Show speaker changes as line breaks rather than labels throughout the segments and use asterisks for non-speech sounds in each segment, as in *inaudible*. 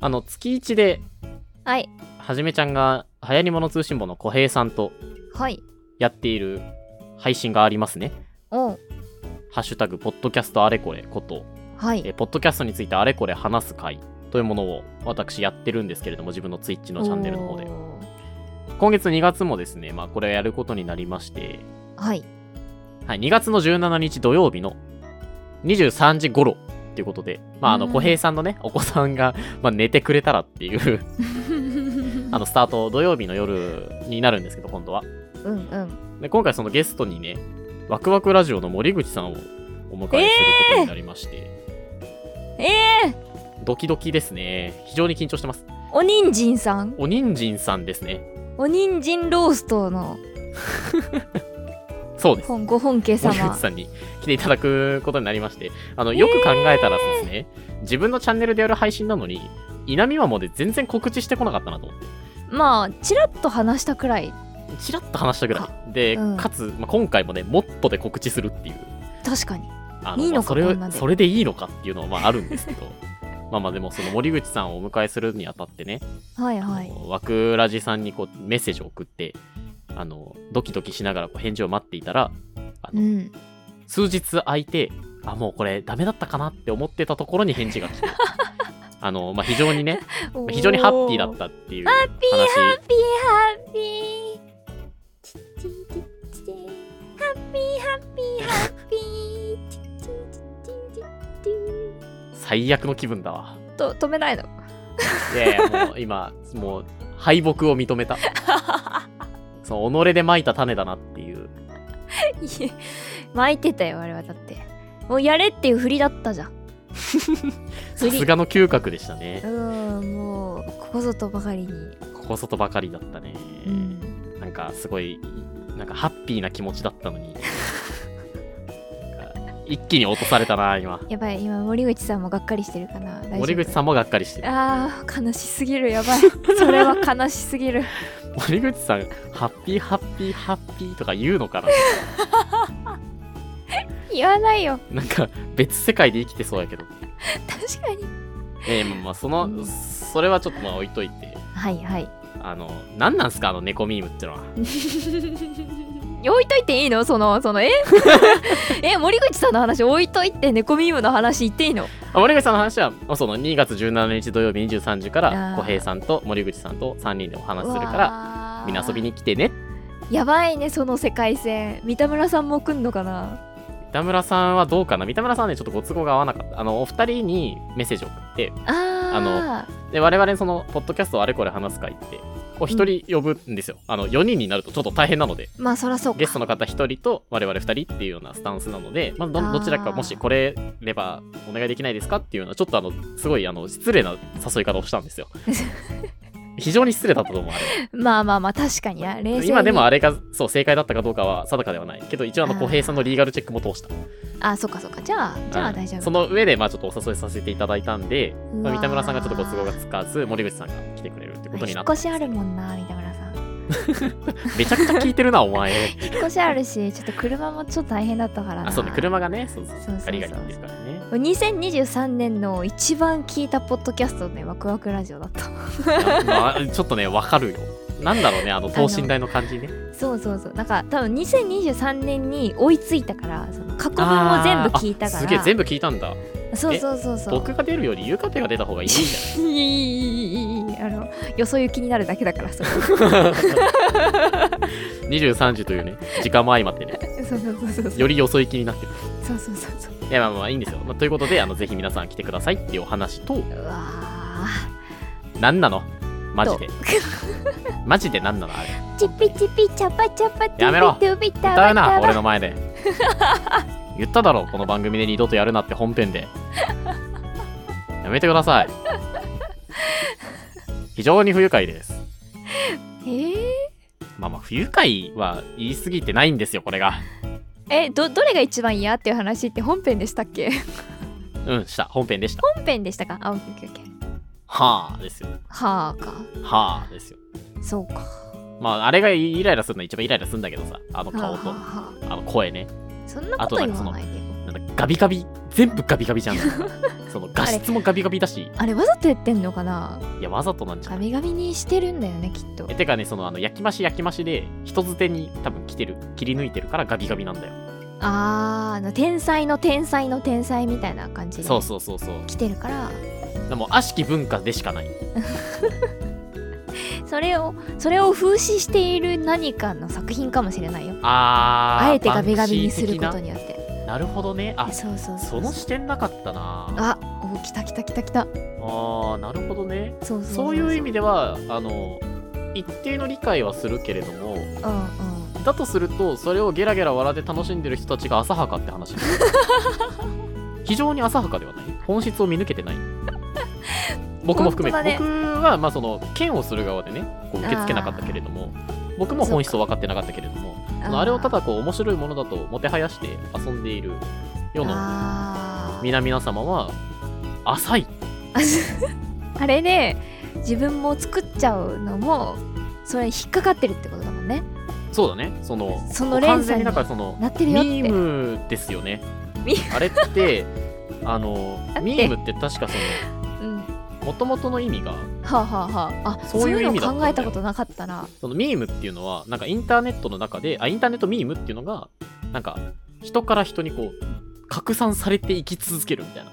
あの、月1で、
はい。
はじめちゃんが、流行り物通信簿の小平さんと
はい。
やっている配信がありますね。
おう。
ハッシュタグ、ポッドキャストあれこれこと、
はい。
えーポッドキャストについてあれこれ話す会というものを私やってるんですけれども、自分のツイッチのチャンネルの方で。
おー
今月2月もですね、まあこれをやることになりまして、
はい。
はい、2月の17日土曜日の23時頃っていうことで、まああの、
うん
小平さんのね、お子さんが、まあ、寝てくれたらっていう、
*laughs*
あの、スタート、土曜日の夜になるんですけど、今度は。
うんうん。
で今回そのゲストにね、ワクワクラジオの森口さんをお迎えすることになりまして、
ええ
ドキドキですね。非常に緊張してます。
おにんじんさん
お人参さんですね。
おにんじんローストの
そうです。
本ご本家
森口
様。
さんに来ていただくことになりまして、あの、よく考えたらですね、自分のチャンネルでやる配信なのに、稲見まもで全然告知してこなかったなと思って、
まあ、ちらっと話したくらい。
ちらっと話したぐらい。で、
うん
かつ、まあ、今回もね、もっとで告知するっていう。
確かに。
あの
いいのか
まあそれ
こんな
を
で
それでいいのかっていうのはまああるんですけ
*laughs*
どまあまあでもその森口さんをお迎えするにあたってね、
はいはい
あ。のワクラジさんにこうメッセージを送ってあのドキドキしながらこう返事を待っていたらあ
う
の、
ん。
数日空いてあもうこれダメだったかなって思ってたところに返事が
*laughs*
来てあの、まあ、非常にねまあ非常にハッピーだったっていう話
ハッピーハッピー。チッチッチッチッハッピーハッピーハッピー。チッチッチッチッチッチッ
最悪の気分だわ
と止めないの。
いやいやもう今もう敗北を認め
*laughs*
たその己で蒔いた種だなっていう
いえ *laughs* 巻いてたよあれはだってもうやれっていう振りだったじゃん振
さ
り
す
う
がの嗅覚でしたね。
ーんもうここぞとばかりに、
ここ外ばかりだったね。
うん、
なんかすごい、なんかハッピーな気持ちだった
*laughs*
のに。なんか一気に落とされたな、今。
やばい今森口さんもがっかりしてるかな大丈夫
森口さんもがっかりしてる。
あー悲しすぎるや *laughs* ばいそれは悲しすぎる
森口さん、ハッピーハッピーハッピーとか言うのかな
言わないよ
なんか別世界で生きてそうやけど。
確かに
ええまあまあ、その、それはちょっとまあ置いといて。
はいはい
あの、何なんすか、あの猫ミームってのは。
*laughs* 置いといていいのそのそのえ *laughs* え森口さんの話置いといて猫ミームの話言っていいの
あ森口さんの話は、まあその2月17日土曜日23時か
あ
ら、
ー
小平さんと森口さんと3人でお話しするから、
ら
みんな遊びに来てね。
やばいねその世界線三田村さんも来んのかな
三田村さんはどうかな三田村さんはね、ちょっとご都合が合わなかった。あの、お二人にメッセージを送って、
あー
あので、我々その、ポッドキャストをあれこれ話す会って、お一人呼ぶんですよ。あの、4人になるとちょっと大変なので、
まあそらそうか
ゲストの方一人と我々二人っていうようなスタンスなので、まあ、ど
あー
どちらかもしこれればお願いできないですかっていうのは、ちょっとあの、すごいあの、失礼な誘い方をしたんです
*laughs*
よ。非常に失礼だったと思う、あれ。
まあまあまあ確かにな冷静に
今でもあれ
れ
がそう正解だったかどうかは定かではないけど一応あの
あー
小平さんのリーガルチェックも通した
あそっかそっかじゃあじゃ
う
あ
ん
大丈夫
その上でまあちょっとお誘いさせていただいたんで、
う
ま
わ
あ三
ー
田村さんがちょっとご都合がつかず森口さんが来てくれるってことに
引
な
っ
った
越しあるもんな三田村さん
めちゃくちゃ聞いてるなお
*laughs*
前
引っ越しあるし *laughs* ちょっと車もちょっと大変だったからな
あそうね車がねそうそう
そうそうそう
ガリガリ言ってるからね
2023年の一番聞いたポッドキャストねワクワクラジオだった
な
*laughs*
まあちょっとねわかるよなんだろうねあの等身大の感じ
*laughs*
ね
そうそうそうなんか多分2023年に追いついたからその過去分を全部聞いたから
あすげえ全部聞いたんだ
そうそうそうそう
僕が出るよりゆうかぺが出た方がいいんじゃ
いいいいいいいいあのよそ行きになるだけだからそれ *laughs*
ない23時というね時間も相まってね
そうそうそうそう
よりよそ行きになってる
そうそうそうそう
いやまあまあいいんですよ、まあということであのぜひ皆さん来てくださいっていうお話と
うわ
何なのマジ
と
でマジで何なのあれ
チピチピチャパチャパ
やめろ
トゥビタ
歌うな
バタ
俺の前 *laughs* で言っただろこの番組で二度とやるなって本編でやめてください非常に不愉快です
えー
まあまあ不愉快は言い過ぎてないんですよこれが
えどどれが一番嫌っていう話って本編でしたっけ
うんした本編でした
本編でしたかあオッケーオッケーオッケー
はあですよ
はあか
はあですよ
そうか
まああれがイライラするの一番イライラするんだけどさあの
はあ
顔と
はあは
あの声ね
あそんな
あ
こと
となん
言
かその
わないで
なんだガビガビ全部ガビガビじゃんその画質もガビガビだし
あれわざとやってんのかない
やわざとなんじゃ
ガ
ない
ビガビにしてるんだよねきっと
えてかねそのあの焼き増し焼き増しで人づてに多分来てる切り抜いてるからガビガビなんだよ
あーあの天才の天才の天才みたいな感じで
そうそうそうそう
来てるから
でも悪しき文化でしかない
それをそれを風刺している何かの作品かもしれないよ
あー
あえてガビガビにするこ
バンクシ
と
ー
によって
的ななるほどねあ
そうそうそ
そうの視点なかったな
あお来た来た来た来た
ああなるほどね
そうそうそう
そういう意味ではあの一定の理解はするけれども
うんうん
だとするとそれをゲラゲラ笑って楽しんでる人たちが浅はかって
*laughs*
話非常に浅はかではない本質を見抜けてない僕も含め
本当だ
て、
ね
僕はまあその剣をする側でねこう受け付けなかったけれども僕も本質を分かってなかったけれどもあのあれをただこう面白いものだともてはやして遊んでいる世の
あー
皆々様は浅い
*laughs* あれね自分も作っちゃうのもそれに引っかかってるってことだもんね
そうだねその
その連
完全に
鎖に
だからその
なってるよって
ミームですよね
ミ
あれって
*laughs*
あの
だって
ミームって確かその
うん
元々の意味が
はあ、はあはあ、あ
そういう意味だった
そうんの
だよ
考えたことなかったな
そのミームっていうのはなんかインターネットの中であインターネットミームっていうのがなんか人から人にこう拡散されていき続けるみたいな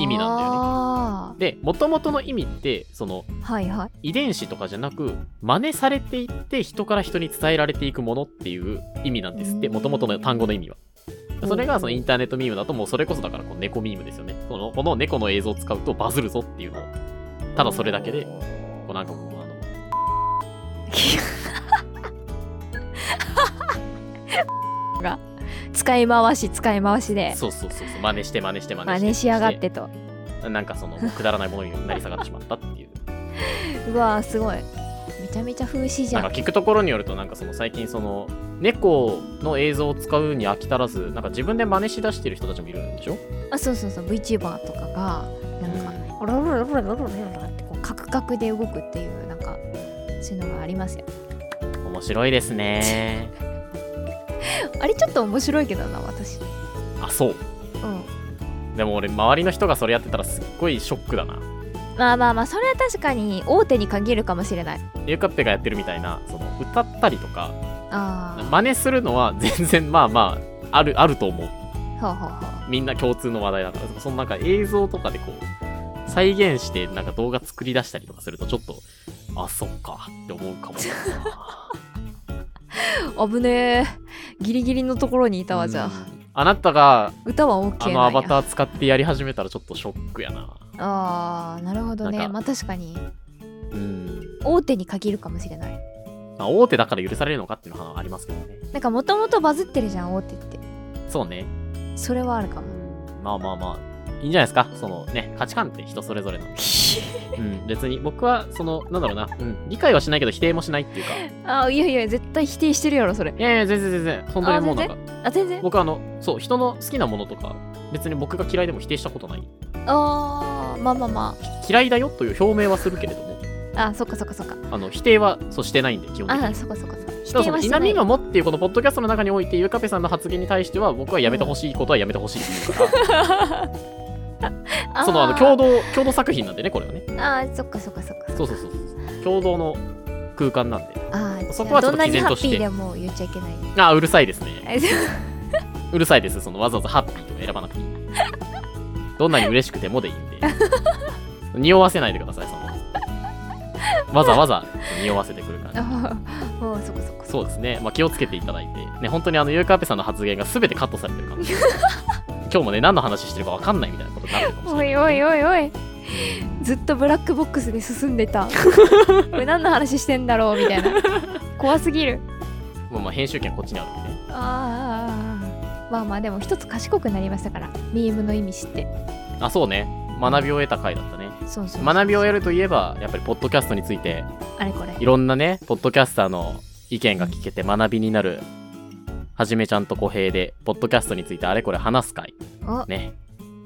意味なんだよね
あ
で元々の意味ってその
ーはいはい *laughs*
遺伝子とかじゃなく真似されていって人から人に伝えられていくものっていう意味なんですって
うん
元々の単語の意味は
うん
それがそのインターネットミームだともうそれこそだからこう猫ミームですよねそのこの猫の映像を使うとバズるぞっていうのをただそれだけでこうなんかこうあの
が使い回し使い回しで
そうそうそうそう真似して真似して真似し
真
て
似しやがってと
なんかそ
*laughs*
のくだらないものになり下がってしまったっていう
うわーすごいめちゃめちゃ風刺じ
なん
ゃ
か
ん
聞くところによるとなんかその最近その猫の映像を使うに飽き足らずなんか自分で真似しだしてる人たちもいるんでしょ
あそうそうそう VTuber とかがなんかオロロロロロロロロってこうカクカクで動くっていうなんかそういうのがありますよ
面白いですね
あれちょっと面白いけどな私うん
*laughs* あそうでも俺周りの人がそれやってたらすっごいショックだな
まあまあまあそれは確かに大手に限るかもしれない
ゆかっぺがやってるみたいなその歌ったりとか
ああ
真似するのは *laughs* 全然まあまああるあると思う
ほうほうほう
みんな共通の話題だからそのなんか映像とかでこう再現してなんか動画作り出したりとかするとちょっとあそっかって思うかも
危ねえギリギリのところにいたわじゃあ
うんあなたが
歌は OK なん
あ
や
のアバター使ってやり始めたらちょっとショックやな
あーなるほど
な
ね
んか
まあ確かに
うん
大手に限るかもしれない
まあ大手だから許されるのかっていうのはありますけどね
なんかもともとバズってるじゃん大手って
そうね
それはあるか
*laughs*
も
うんまあまあまあいいんじゃないですかそのね価値観って人それぞれなので、うん、 *laughs* 別に僕はそのなんだろうな、うん、理解はしないけど否定もしないっていうかい
あいやいや絶対否定してるやろそれ
やいや全然全然本当にもうなんか
あ全然
僕あのそう人の好きなものとか別に僕が嫌いでも否定したことない
あーまあまあま
嫌いだよという表明はするけれども
ああそっかそっかそっか
あの否定はそうしてないんで基本的
あ
に
ーそっかそっかそっか否
ただそ
定
の「
はし
稲
な
見
い
がも」っていうこのポッドキャストの中においてゆかぺさんの発言に対しては僕はやめてほしいことはやめてほしいっていう
*laughs*
から、そのあの共
同
同共同作品なんでねこれはね
あーそっかそっかそっか
そうそうそうそう共同の空間なんで
あー
そこはちょっと
どんな
毅
に
然
ハ
と
ッ
して
ピーでも言っちゃいけない
ああうるさいですね
あそう
うるさいですそのわざわざハッピーとか選ばなくていいどんなに嬉しくてもでいいんで匂わせないでくださいそのわざわざ匂わせてくるから、ね、
あーおーそっかそっか
そうですね、まあ、気をつけていただいてね本当にあのゆうかぺさんの発言が全てカットされてるかもしれない今日もね何の話してるか分かんないみたいなことになってるかもしれ
お
ない
いおいおいおいずっとブラックボックスで進んで
*laughs*
たこれ何の話してんだろうみたいな怖すぎる
もうまあ編集権こっちにあるんでね
あーあーあーまあまあでも一つ賢くなりましたからミームの意味知って
あそうね学びを得た回だったね
そうそう
学びを得るといえばやっぱりポッドキャストについて
あれこれ
いろんなねポッドキャスターの意見が聞けて学びになるはじめちゃんと小平でポッドキャストについてあれこれ話す会
お
ね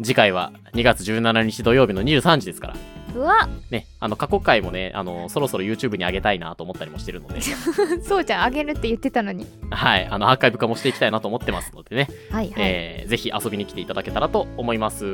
次回は2月17日土曜日の23時ですから
うわ
ね、あの過去回もねあのそろそろ YouTube に上げたいなと思ったりもしてる *laughs* ので
そうちゃんあげるって言ってたのに
はいあのアーカイブ化もしていきたいなと思ってますのでね、
はいはい、
えーぜひ遊びに来ていただけたらと思います。